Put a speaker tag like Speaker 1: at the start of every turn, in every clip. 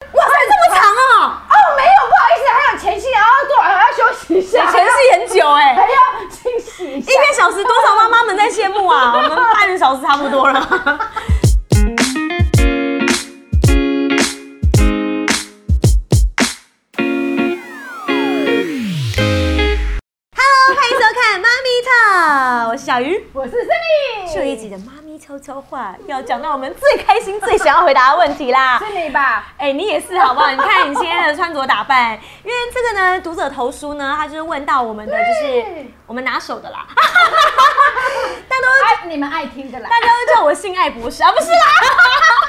Speaker 1: 哦
Speaker 2: 哦洗一下，
Speaker 1: 前戏很久哎、
Speaker 2: 还要清洗一下
Speaker 1: 一。个小时多少妈妈们在羡慕啊！我们半个小时差不多了。Hello，欢迎收看《妈咪特》，我是小鱼。
Speaker 2: 我是 Sunny，
Speaker 1: 这一集的妈咪悄悄话要讲到我们最开心、最想要回答的问题啦。
Speaker 2: 是你吧？
Speaker 1: 哎、你也是好不好？你看你今天的穿着打扮，因为这个呢，读者投书呢，他就是问到我们的，就是
Speaker 2: 对
Speaker 1: 我们拿手的啦，哎
Speaker 2: 爱啊你们爱听的啦
Speaker 1: 大。家都叫我性爱博士啊，不是啦。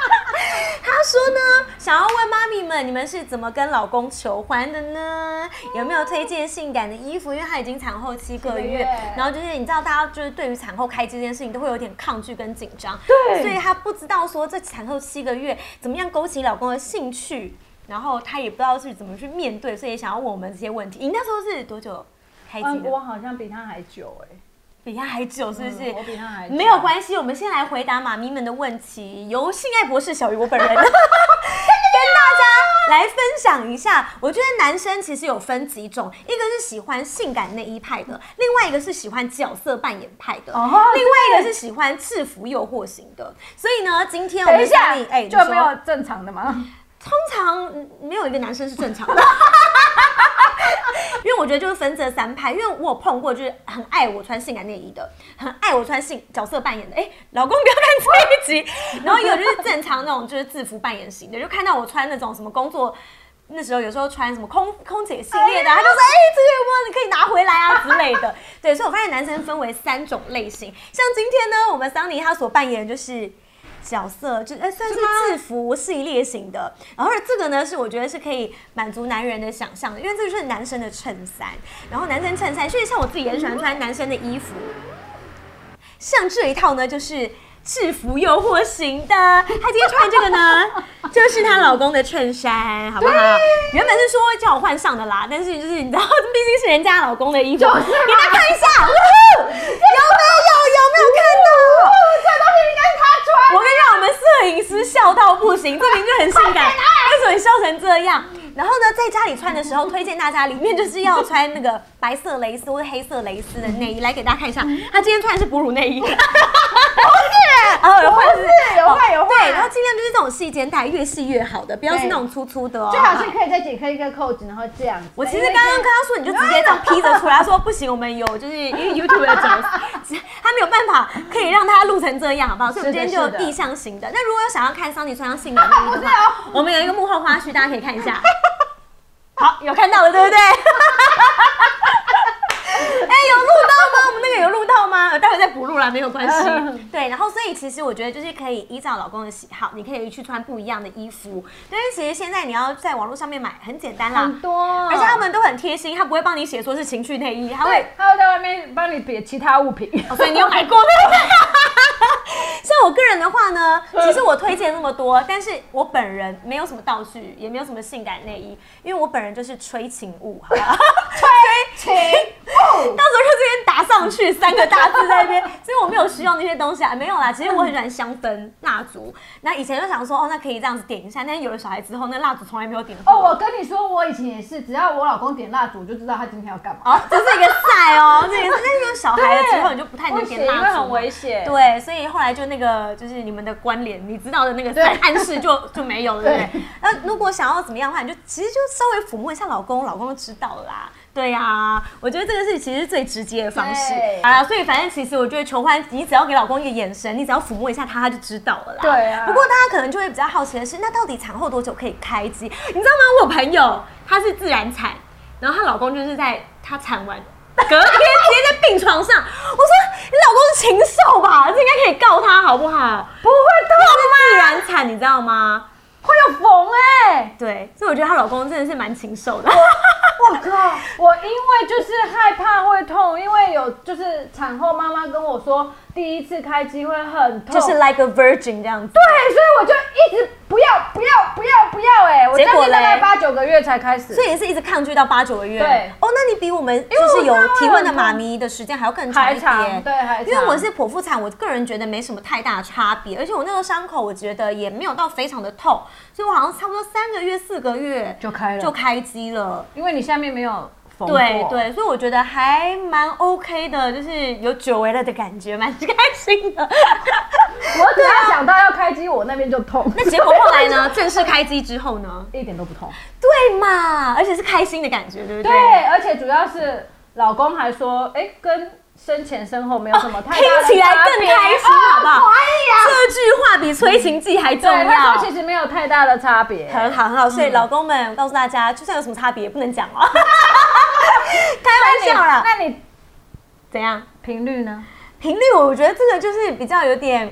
Speaker 1: 他说呢，想要问妈咪们，你们是怎么跟老公求欢的呢？有没有推荐性感的衣服？因为他已经产后七个
Speaker 2: 七个
Speaker 1: 月
Speaker 2: 月，
Speaker 1: 然后就是你知道，大家就是对于产后开机这件事情都会有点抗拒跟紧张，
Speaker 2: 对
Speaker 1: 所以他不知道说这产后七个月怎么样勾起老公的兴趣，然后他也不知道是怎么去面对，所以想要问我们这些问题。你那时候是多久开机
Speaker 2: 嗯，
Speaker 1: 的？
Speaker 2: 我好像比他还久哎、
Speaker 1: 比他还久，是不是？
Speaker 2: 嗯我比他还久
Speaker 1: 没有关系，我们先来回答妈咪们的问题，由性爱博士小鱼我 本人跟大家来分享一下。我觉得男生其实有分几种，一个是喜欢性感内衣派的，另外一个是喜欢角色扮演派的，
Speaker 2: 嗯哦
Speaker 1: 另外一个是喜欢制服诱惑型的。所以呢，今天我
Speaker 2: 等一
Speaker 1: 们
Speaker 2: 下，
Speaker 1: 请你哎，你
Speaker 2: 就
Speaker 1: 说哦
Speaker 2: 没有正常的吗？
Speaker 1: 通常嗯没有一个男生是正常的。 因为我觉得就是分这三派，因为我有碰过就是很爱我穿性感内衣的，很爱我穿性角色扮演的。哎、老公不要看这一集。 然后有就是正常那种就是制服扮演型的，就看到我穿那种什么工作。那时候有时候穿什么空空姐系列的，他就说：“哎、这个有没有你可以拿回来啊之类的。”对，所以我发现男生分为三种类型。像今天呢，我们桑尼他所扮演的就是角色，就、呃、算是制服系列型的。然后这个呢，是我觉得是可以满足男人的想象的，因为这就是男生的衬衫。然后男生衬衫，所以像我自己也很喜欢穿男生的衣服。像这一套呢，就是制服诱惑型的。她今天穿这个呢，就是她老公的衬衫，好不好？原本是说叫我换上的啦，但是就是你知道， 毕竟是人家老公的衣服，
Speaker 2: 就是啊嘛
Speaker 1: 给大家看一下，呜呼有没有？有没有看到？
Speaker 2: 哦这东西应该是他
Speaker 1: 我跟你讲，我们摄影师笑到不行，这明明就很性感，为什么你笑成这样？然后呢，在家里穿的时候，推荐大家里面就是要穿那个白色蕾丝或者黑色蕾丝的内衣。来给大家看一下，她今天穿的是哺乳内衣，不是， 哦，有换
Speaker 2: 不是有换
Speaker 1: 哦
Speaker 2: 有
Speaker 1: 对，
Speaker 2: 换
Speaker 1: 然后尽量就是这种细肩带，越细越好的，不要是那种粗粗的哦。
Speaker 2: 最好是可以再解开一个扣子，然后这样子。哎
Speaker 1: 我其实刚刚跟他说，你就直接这样披着出来。他说不行，我们有就是因为 YouTube 的角色，他没有办法可以让他录成这样，好不好？所以我们今天就有
Speaker 2: 是的
Speaker 1: 意向型的。那如果有想要看桑尼穿上性 感内衣的
Speaker 2: 不是哦
Speaker 1: 话，我们有一个幕后花絮，大家可以看一下。好，有看到了，对不对？ 哎，有录到吗？我们那个有录到吗？待会再补录啦，没有关
Speaker 2: 嗯
Speaker 1: 系。对，然后所以其实我觉得就是可以依照老公的喜好，你可以去穿不一样的衣服。但是其实现在你要在网络上面买很简单啦，
Speaker 2: 很多，
Speaker 1: 而且他们都很贴心，他不会帮你写说是情趣内衣，他会
Speaker 2: 对，，他会在外面帮你别其他物品。
Speaker 1: 哦所以你有买过对不对？像我个人的话呢，其实我推荐那么多，但是我本人没有什么道具，也没有什么性感内衣，因为我本人就是吹情物，好 吧？
Speaker 2: 情物
Speaker 1: 到时候就这边打上去三个大字在那 边，所以我没有需要那些东西啊，没有啦。其实我很喜欢香氛蜡烛，那以前就想说哦，那可以这样子点一下，但是有了小孩之后，那蜡烛从来没有点过。
Speaker 2: 哦，我跟你说，我以前也是，只要我老公点蜡烛，我就知道他今天要干嘛。
Speaker 1: 哦，这是一个 赛哦，这也是，但是有小孩了之后，你就不太能点蜡烛，
Speaker 3: 因为很危险。
Speaker 1: 对，所以后来就那个就是你们的关联，你知道的那个暗暗示就就没有 了，对不对？那如果想要怎么样的话，你就其实就稍微抚摸一下老公，老公就知道了啦。对呀、我觉得这个是其实最直接的方式
Speaker 2: 对
Speaker 1: 啊。所以反正其实我觉得求欢，你只要给老公一个眼神，你只要抚摸一下他，他就知道了啦。
Speaker 2: 对啊
Speaker 1: 不过大家可能就会比较好奇的是，那到底产后多久可以开机？你知道吗？我有朋友她是自然产，然后她老公就是在她产完 隔天直接在病床上。我说你老公是禽兽吧？这应该可以告他好不好？
Speaker 2: 不会痛
Speaker 1: 自然产你知道吗？
Speaker 2: 会有缝哎、
Speaker 1: 欸对，所以我觉得她老公真的是蛮禽兽的。
Speaker 2: 我靠！我因为就是害怕会痛，因为有就是产后妈妈跟我说，第一次开机会很 痛，
Speaker 1: 就是 like a virgin 这样子，
Speaker 2: 对，所以我就一直不要不要不要不要哎、我
Speaker 1: 结
Speaker 2: 将
Speaker 1: 果
Speaker 2: 近大概
Speaker 1: 嘞
Speaker 2: 八九个月才开始，
Speaker 1: 所以也是一直抗拒到八九个月。
Speaker 2: 对
Speaker 1: 哦，那你比我们就
Speaker 2: 为我
Speaker 1: 是有
Speaker 2: 知道
Speaker 1: 提问的
Speaker 2: 很
Speaker 1: 妈咪的时间还要更长
Speaker 2: 还
Speaker 1: 一
Speaker 2: 长
Speaker 1: 点。
Speaker 2: 对还长，
Speaker 1: 因为我是剖腹产，我个人觉得没什么太大差别，而且我那个伤口我觉得也没有到非常的痛，所以我好像差不多三个月、四个月
Speaker 2: 就开了
Speaker 1: 就开机了。
Speaker 2: 因为你下面没有缝过。
Speaker 1: 对对，所以我觉得还蛮 OK 的，就是有久违了的感觉，蛮开心的。
Speaker 2: 我只要想到要开机，我那边就痛。
Speaker 1: 那结果后来呢？正式开机之后呢？
Speaker 2: 一点都不痛。
Speaker 1: 对嘛，而且是开心的感觉，对不对？
Speaker 2: 对，而且主要是老公还说，哎、跟生前生后没有什么太大
Speaker 1: 听
Speaker 2: 的
Speaker 1: 起来
Speaker 2: 差
Speaker 1: 更
Speaker 2: 别
Speaker 1: 开心，好不好？
Speaker 2: 哦可以啊。
Speaker 1: 这句话比催情剂还重
Speaker 2: 对，他说
Speaker 1: 要。
Speaker 2: 其实没有太大的差别。
Speaker 1: 很好，很好。所以老公们，我告诉大家，就算有什么差别，也不能讲 哦。
Speaker 2: 那
Speaker 1: 开玩笑
Speaker 2: 你
Speaker 1: 啦，
Speaker 2: 那你
Speaker 1: 怎样？
Speaker 2: 频率呢？
Speaker 1: 频率，我觉得这个就是比较有点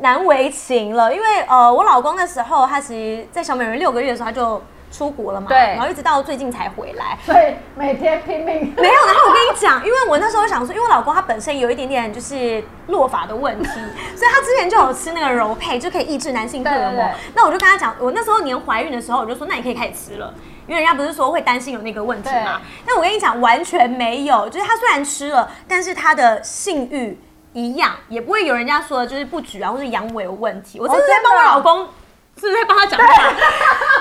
Speaker 1: 难为情了，因为呃，我老公那时候他其实，在小美人六个月的时候他就出国了嘛，
Speaker 2: 对
Speaker 1: 然后一直到最近才回来。
Speaker 2: 所以每天拼命。
Speaker 1: 没有，然后我跟你讲，因为我那时候想说，因为我老公他本身有一点点就是落发的问题，所以他之前就有吃那个柔配，就可以抑制男性荷尔
Speaker 2: 对对
Speaker 1: 蒙
Speaker 2: 对。
Speaker 1: 那我就跟他讲，我那时候年怀孕的时候，我就说那你可以开始吃了，因为人家不是说会担心有那个问题嘛
Speaker 2: 对。
Speaker 1: 但我跟你讲，完全没有，就是他虽然吃了，但是他的性欲一样，也不会有人家说的就是不举啊或者阳痿有问题。我哦真的啊在帮我老公，是不是在帮他讲话？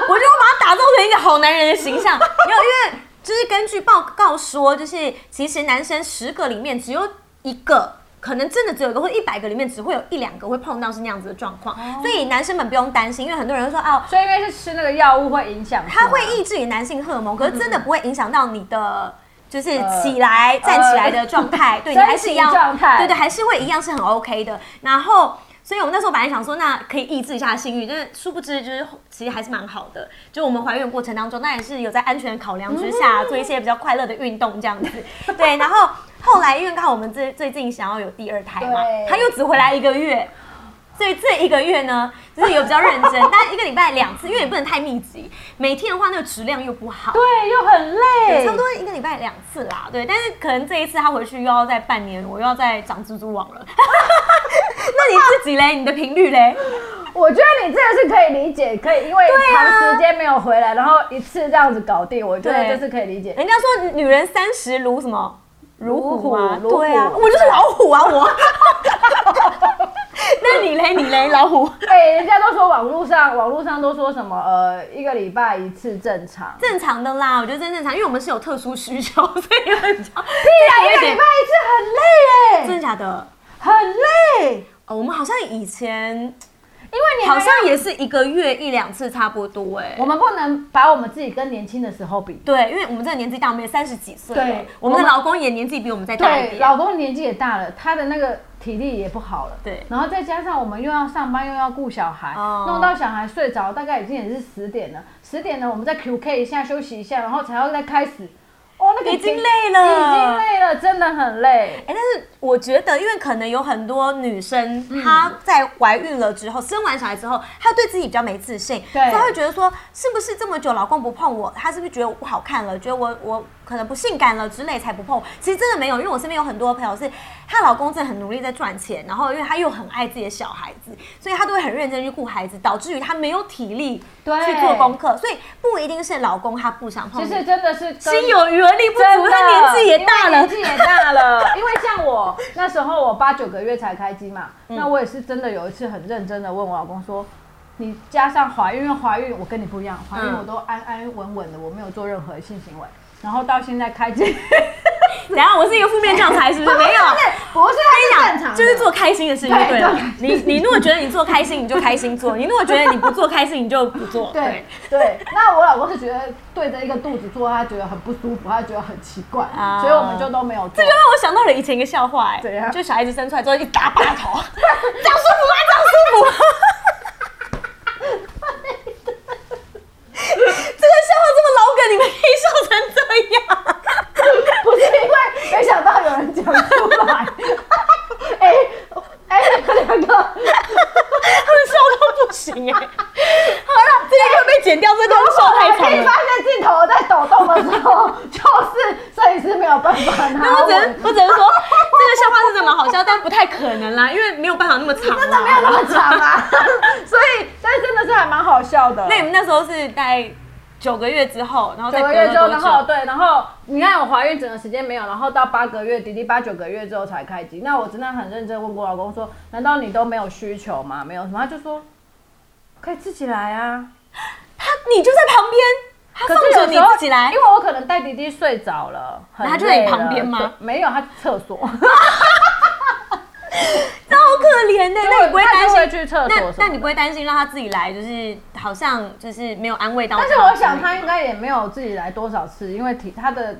Speaker 1: 我就把他打造成一个好男人的形 象，没有，因为就是根据报告说，就是其实男生十个里面只有一个。可能真的只有一个，或一百个里面只会有一两个会碰到是那样子的状况，所以男生们不用担心，因为很多人会说啊，
Speaker 2: 所以因为是吃那个药物会影响，
Speaker 1: 它会
Speaker 2: 是吗
Speaker 1: 抑制你男性荷尔蒙，可是真的不会影响到你的。就是
Speaker 2: 嗯呃
Speaker 1: 起来、站起来的状态，对你还是一样
Speaker 2: 身体状态
Speaker 1: 对对，还是会一样是很 OK 的。然后，所以我们那时候本来想说，那可以抑制一下性欲，但是殊不知就是其实还是蛮好的。就我们怀孕的过程当中，那也是有在安全考量之下、
Speaker 2: 嗯
Speaker 1: 做一些比较快乐的运动这样子。对，然后后来因为刚好我们最最近想要有第二胎嘛
Speaker 2: 对，
Speaker 1: 他又只回来一个月，所以这一个月呢，就是有比较 认真，但一个礼拜两次，因为也不能太密集，每天的话那个质量又不好。
Speaker 2: 对，又很累，
Speaker 1: 差不多一个礼拜两次啦，对，但是可能这一次他回去又要再半年，我又要再长蜘蛛网了。 那你自己嘞？你的频率嘞？
Speaker 2: 我觉得你这个是可以理解，可以因为长时间没有回来，然后一次这样子搞定，我觉得
Speaker 1: 对
Speaker 2: 这是可以理解。
Speaker 1: 人家说女人三十如什么？如虎吗？
Speaker 2: 如虎
Speaker 1: 对啊，
Speaker 2: 如虎
Speaker 1: 我就是老虎啊， 我。那你嘞？你嘞？老虎？
Speaker 2: 哎、人家都说网络上，网络上都说什么呃，一个礼拜一次正常，
Speaker 1: 正常的啦，我觉得真正常，因为我们是有特殊需求，所以很常。
Speaker 2: 对
Speaker 1: 对
Speaker 2: 呀，一
Speaker 1: 有
Speaker 2: 个
Speaker 1: 点
Speaker 2: 礼拜一次很累
Speaker 1: 真
Speaker 2: 嘞，
Speaker 1: 的假的？
Speaker 2: 很累，
Speaker 1: 哦，我们好像以前
Speaker 2: 因为你
Speaker 1: 好
Speaker 2: 还要
Speaker 1: 像也是一个月一两次差不多哎、
Speaker 2: 我们不能把我们自己跟年轻的时候比。
Speaker 1: 对，因为我们这个年纪大，我们也三十几岁了，
Speaker 2: 对
Speaker 1: 我们的
Speaker 2: 我们
Speaker 1: 老公也年纪比我们再大一
Speaker 2: 对，
Speaker 1: 点。
Speaker 2: 老公年纪也大了，他的那个体力也不好了。
Speaker 1: 对
Speaker 2: 然后再加上我们又要上班，又要顾小孩，
Speaker 1: 哦
Speaker 2: 弄到小孩睡着，大概已经也是十点了。十点了，我们再 QK 一下，休息一下，然后才要再开始。哦，那个
Speaker 1: 已经累了
Speaker 2: 已经累了，真的很累。
Speaker 1: 哎、但是我觉得，因为可能有很多女生，
Speaker 2: 嗯
Speaker 1: 她在怀孕了之后，生完小孩之后，她对自己比较没自信，
Speaker 2: 对
Speaker 1: 她会觉得说，是不是这么久老公不碰我，她是不是觉得我不好看了，觉得我我可能不性感了之类才不碰我？其实真的没有，因为我身边有很多朋友是，她老公真的很努力在赚钱，然后因为她又很爱自己的小孩子，所以她都会很认真去顾孩子，导致于她没有体力
Speaker 2: 对
Speaker 1: 去做功课，所以不一定是老公他不想碰
Speaker 2: 其
Speaker 1: 你，
Speaker 2: 实真的是跟
Speaker 1: 心有余而力不
Speaker 2: 真
Speaker 1: 足，
Speaker 2: 的，
Speaker 1: 他年纪也大了
Speaker 2: 因为年。纪也大了。 因为像我那时候，我八九个月才开机嘛，
Speaker 1: 嗯
Speaker 2: 那我也是真的有一次很认真的问我老公说。你加上怀孕，因为怀孕我跟你不一样，怀孕
Speaker 1: 嗯
Speaker 2: 我都安安稳稳的，我没有做任何性行为，然后到现在开机，
Speaker 1: 然后我是一个负面教材，是 不是？没有，
Speaker 2: 不是
Speaker 1: 我
Speaker 2: 它
Speaker 1: 跟
Speaker 2: 是正
Speaker 1: 你
Speaker 2: 常
Speaker 1: 讲，
Speaker 2: 的，
Speaker 1: 就是做开心的事情就对了
Speaker 2: 对做开。
Speaker 1: 你你如果觉得你做开心，你就开心做；你如果觉得你不做开心，你就不做。
Speaker 2: 对，对。那我老公是觉得对着一个肚子做，他觉得很不舒服，他觉得很奇怪，
Speaker 1: 啊
Speaker 2: 所以我们就都没有做。
Speaker 1: 这就让我想到了以前一个笑话，哎，
Speaker 2: 怎样
Speaker 1: 就小孩子生出来之后一打把 头，这样舒服吗？这样舒服吗？这个笑话这么老梗，你们可以笑成这样。
Speaker 2: 不是因为没想到有人讲出 来，哎哎，你们两个。
Speaker 1: 他们笑到不行哎、好了，这个又被剪掉，这个笑太
Speaker 2: 可
Speaker 1: 长
Speaker 2: 以发
Speaker 1: 了。
Speaker 2: 现镜头在抖动的时候，就是摄影师没有办法拿
Speaker 1: 我只能
Speaker 2: 稳，
Speaker 1: 我只能说，这个笑话是真的蛮好笑，但不太可能啦，因为没有办法那么长啦。真
Speaker 2: 没有那么长啊。 所以，但真的是还蛮好笑的。
Speaker 1: 那你们那时候是在九个月之后，然后再
Speaker 2: 九
Speaker 1: 隔
Speaker 2: 个月
Speaker 1: 了
Speaker 2: 之后，
Speaker 1: 多
Speaker 2: 然后
Speaker 1: 久？
Speaker 2: 对，然后你看我怀孕整个时间没有，然后到八个月，弟弟八九个月之后才开机。那我真的很认真问过老公说，难道你都没有需求吗？没有什么，他就说可以自己来啊。
Speaker 1: 他你就在旁边，
Speaker 2: 可
Speaker 1: 送
Speaker 2: 是
Speaker 1: 着
Speaker 2: 有
Speaker 1: 你
Speaker 2: 时候
Speaker 1: 自己来
Speaker 2: 因为我可能带弟弟睡着了，很
Speaker 1: 那他就在你
Speaker 2: 累
Speaker 1: 旁
Speaker 2: 了
Speaker 1: 边吗
Speaker 2: 对没有，他厕 所。
Speaker 1: 那好可怜的，那你不会担
Speaker 2: 他就会
Speaker 1: 心
Speaker 2: 去厕所什么
Speaker 1: 那
Speaker 2: 的
Speaker 1: 那你不会担心让他自己来，就是好像就是没有安慰到他
Speaker 2: 但
Speaker 1: 之
Speaker 2: 是
Speaker 1: 类的。
Speaker 2: 我想他应该也没有自己来多少次，因为体他的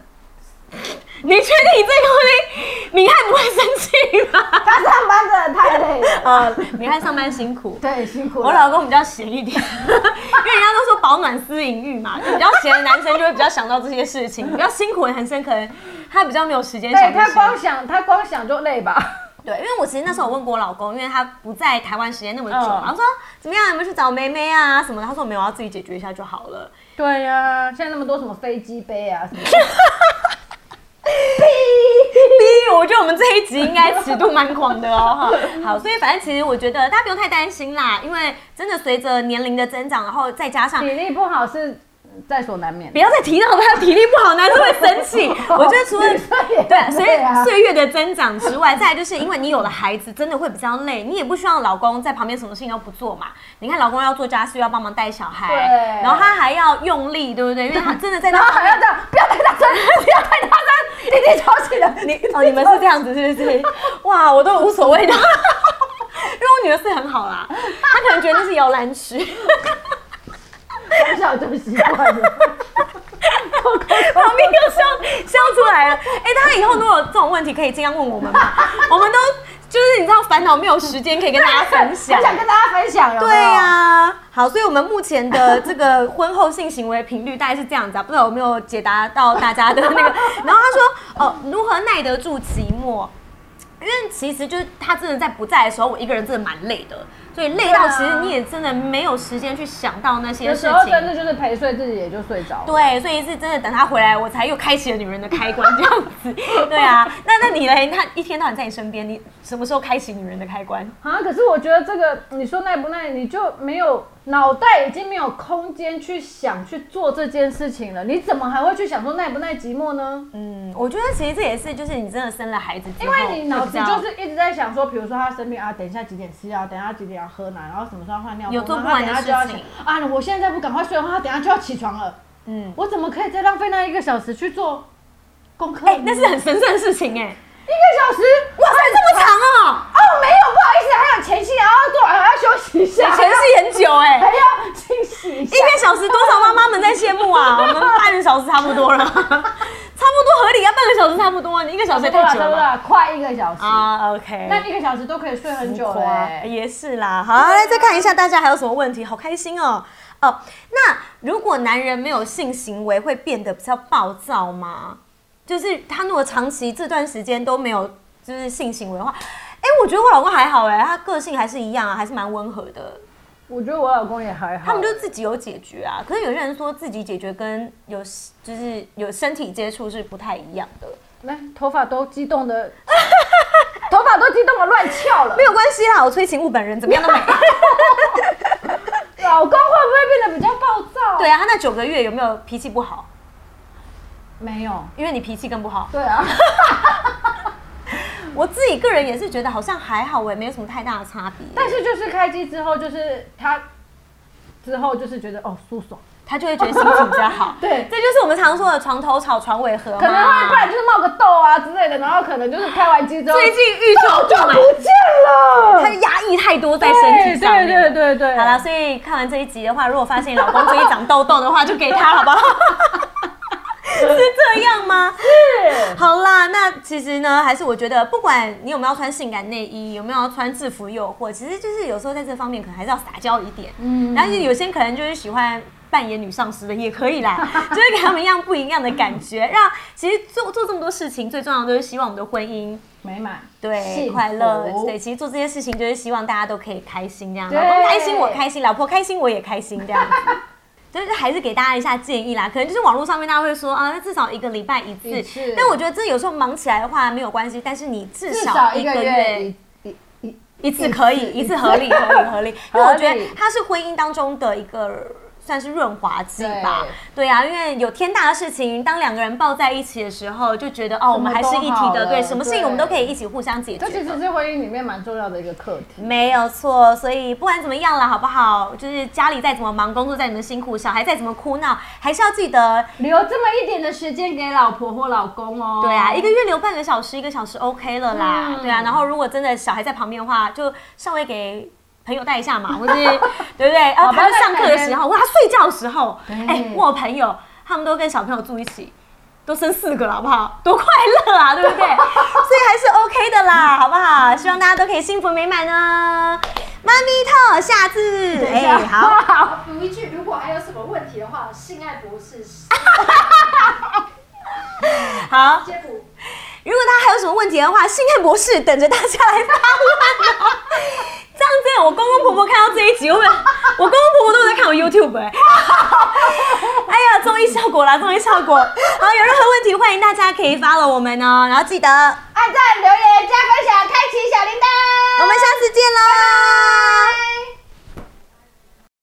Speaker 1: 你确定这个东西，明翰不会生气 吗？
Speaker 2: 他上班真的太累了，
Speaker 1: 呃，明翰上班辛苦，
Speaker 2: 对，辛苦了。
Speaker 1: 我老公比较闲一点， 因为人家都说保暖思淫欲嘛，就比较闲的男生就会比较想到这些事情，比较辛苦的男生可能他比较没有时间
Speaker 2: 对
Speaker 1: 想这
Speaker 2: 他
Speaker 1: 些。
Speaker 2: 光想他光想就累吧，
Speaker 1: 对，因为我其实那时候我问过我老公，因为他不在台湾时间那么久嘛，
Speaker 2: 嗯
Speaker 1: 我说怎么样，有没有去找妹妹啊什么的？他说没有，要自己解决一下就好 了。
Speaker 2: 对呀、现在那么多什么飞机杯啊什么的，
Speaker 1: 哔，我觉得我们这一集应该尺度蛮广的哦。哈好，所以反正其实我觉得大家不用太担心啦，因为真的随着年龄的增长，然后再加上
Speaker 2: 体力不好是在所难免
Speaker 1: 不。要再提到他体力不好，男生会生气。 我觉得除了
Speaker 2: 女生也
Speaker 1: 对，所
Speaker 2: 会啊
Speaker 1: 以岁月的增长之外，再来就是因为你有了孩子，真的会比较累，你也不希望老公在旁边什么事情都不做嘛。你看老公要做家事，又要帮忙带小孩，
Speaker 2: 对
Speaker 1: 然后他还要用力，对不 对？因为他真的在
Speaker 2: 然
Speaker 1: 那
Speaker 2: 后
Speaker 1: 旁
Speaker 2: 还要
Speaker 1: 边
Speaker 2: 这。样，不要太大声， 不要太大声，弟弟吵醒了你。
Speaker 1: 哦，你们是这样子是不是？ 哇，我都无所谓的，因为 我女儿是很好啦，她可能觉得那是摇篮曲。
Speaker 2: 从小就习惯了。
Speaker 1: 旁边又笑笑出 来了。哎、大家以后如果有这种问题，可以尽量问我们嘛，我们都就是你知道烦恼没有时间可以跟大家分享
Speaker 2: 我。想跟大家分享有没有
Speaker 1: 对呀、好，所以我们目前的这个婚后性行为频率大概是这样子啊，不知道有没有解答到大家的那 个。然后他说，哦，如何耐得住寂寞？因为其实就是他真的在不在的时候，我一个人真的蛮累的，所以累到
Speaker 2: 对啊
Speaker 1: 其实你也真的没有时间去想到那些
Speaker 2: 有
Speaker 1: 事
Speaker 2: 时候
Speaker 1: 情。
Speaker 2: 真的就是陪睡自己也就睡着了。
Speaker 1: 对，所以是真的等他回来，我才又开启了女人的开关这样子。对 啊，那那你嘞？他一天到晚在你身边，你什么时候开启女人的开关？
Speaker 2: 啊，可是我觉得这个你说耐不耐，你就没有脑袋已经没有空间去想去做这件事情了，你怎么还会去想说耐不耐寂寞呢？
Speaker 1: 嗯，我觉得其实这也是，就是你真的生了孩子之
Speaker 2: 因
Speaker 1: 后，
Speaker 2: 为你脑子
Speaker 1: 会比较
Speaker 2: 就是一直在想说，比如说他生病啊，等一下几点吃药，等一下几点要喝奶，然后什么时候换尿布，
Speaker 1: 有做
Speaker 2: 然
Speaker 1: 不
Speaker 2: 后他
Speaker 1: 完的
Speaker 2: 等一下就要
Speaker 1: 事情
Speaker 2: 想啊，我现在不赶快睡的话，他等一下就要起床了，
Speaker 1: 嗯，
Speaker 2: 我怎么可以再浪费那一个小时去做功课呢？
Speaker 1: 哎、那是很神圣的事情哎、
Speaker 2: 一个小时，
Speaker 1: 哇塞，这么长哦、
Speaker 2: 哦，没有，不好意思，还有前戏，然后做完还要休息一下，
Speaker 1: 你前戏很久 哎、
Speaker 2: 还要清洗一下
Speaker 1: 一。个小时多少妈妈们在羡慕 啊？我们半个小时差不多 了，差不多合理啊，半个小时差不多，你一个小时也太
Speaker 2: 差不
Speaker 1: 久
Speaker 2: 多
Speaker 1: 了
Speaker 2: 了，
Speaker 1: 吧
Speaker 2: 差不多了啊快一个小时。
Speaker 1: 啊，OK。
Speaker 2: 那一个小时都可以睡很久了、
Speaker 1: 啊，也是啦。好，来再看一下大家还有什么问题，好开心哦。哦，那如果男人没有性行为，会变得比较暴躁吗？就是他如果长期这段时间都没有就是性行为的话，哎、我觉得我老公还好哎、他个性还是一样啊，还是蛮温和的。
Speaker 2: 我觉得我老公也还好，
Speaker 1: 他们就自己有解决啊。可是有些人说自己解决跟有就是有身体接触是不太一样的。
Speaker 2: 那头发都激动的， 头发都激动的乱翘了
Speaker 1: 没。有关系啦，我催情物本人怎么样都没。
Speaker 2: 老公会不会变得比较暴躁？
Speaker 1: 对，啊，他那九个月有没有脾气不好？
Speaker 2: 没有。
Speaker 1: 因为你脾气更不好。
Speaker 2: 对啊，
Speaker 1: 我自己个人也是觉得好像还好，我也没有什么太大的差别。
Speaker 2: 但是就是开机之后，就是他之后就是觉得哦舒爽，。
Speaker 1: 他就会觉得心情比较好
Speaker 2: 对
Speaker 1: 这就是我们常说的床头吵，床尾和嘛。
Speaker 2: 可能会不然就是冒个痘啊之类的，然后可能就是开完机之后
Speaker 1: 最近欲求
Speaker 2: 就
Speaker 1: 不满，
Speaker 2: 不见了。
Speaker 1: 他压抑太多在身体上面。
Speaker 2: 对对对对。
Speaker 1: 好啦，所以看完这一集的话，如果发现老公最近长痘痘的话，就给他好不 好？是这样吗？
Speaker 2: 是
Speaker 1: 好啦，那其实呢，还是我觉得，不管你有没有穿性感内衣，有没有穿制服诱惑，其实就是有时候在这方面可能还是要撒娇一点。嗯，但是有些人可能就是喜欢扮演女上司的也可以啦，就是给他们一样不一样的感觉。让其实做做这么多事情，最重要的就是希望我们的婚姻
Speaker 2: 美满，
Speaker 1: 对
Speaker 2: 幸
Speaker 1: 快乐
Speaker 2: 福
Speaker 1: 对，其实做这些事情就是希望大家都可以开心，这样
Speaker 2: 对
Speaker 1: 老公开心我开心，老婆开心我也开心，这 样子。就是还是给大家一下建议啦，可能就是网络上面大家会说啊，那至少一个礼拜一次
Speaker 2: 一次。
Speaker 1: 但我觉得这有时候忙起来的话没有关系，但是你至
Speaker 2: 至
Speaker 1: 少
Speaker 2: 少
Speaker 1: 一
Speaker 2: 一
Speaker 1: 个
Speaker 2: 个
Speaker 1: 月
Speaker 2: 月一一一
Speaker 1: 一次可以，一次合理，合理，合理。因为
Speaker 2: 合
Speaker 1: 我
Speaker 2: 理
Speaker 1: 觉得它是婚姻当中的一个算是润滑剂吧
Speaker 2: 对。
Speaker 1: 对啊，因为有天大的事情，当两个人抱在一起的时候，就觉得哦，我们还是一
Speaker 2: 什
Speaker 1: 体
Speaker 2: 么都好
Speaker 1: 的，
Speaker 2: 了
Speaker 1: 对，什么事情
Speaker 2: 对
Speaker 1: 我们都可以一起互相解决
Speaker 2: 这其
Speaker 1: 的
Speaker 2: 实是婚姻里面蛮重要的一个课题。
Speaker 1: 没有错，所以不管怎么样了，好不好？就是家里再怎么忙，工作再怎么辛苦，小孩再怎么哭闹，还是要记得，
Speaker 2: 留这么一点的时间给老婆或老公哦。
Speaker 1: 对啊，一个月留半个小时，一个小时 OK 了啦，
Speaker 2: 嗯
Speaker 1: 对啊。然后如果真的小孩在旁边的话，就稍微给。朋友带一下嘛， 或是对不对？啊，
Speaker 2: 好吧
Speaker 1: 他上课的时候，或他睡觉的时候，
Speaker 2: 对
Speaker 1: 哎、我有朋友他们都跟小朋友住一起，都生四个了，好不好？ 多快乐啊，对不 对？所以还是 OK 的啦，好不好？希望大家都可以幸福美满呢。妈咪透，下次哎、好。
Speaker 2: 好，
Speaker 3: 补一句，如果还有什么问题的话，性爱博士
Speaker 1: 好，
Speaker 3: 接补。
Speaker 1: 如果大家还有什么问题的话，性爱博士等着大家来发问哦。 这样子，我公公婆婆看到这一集，会不会？我公公婆婆都有在看我 YouTube 哎、 哎呀，综艺效果啦，综艺效果。好，有任何问题，欢迎大家可以 follow 我们哦，然后记得，
Speaker 2: 按赞、留言、加分享、开启小铃铛。
Speaker 1: 我们下次见喽。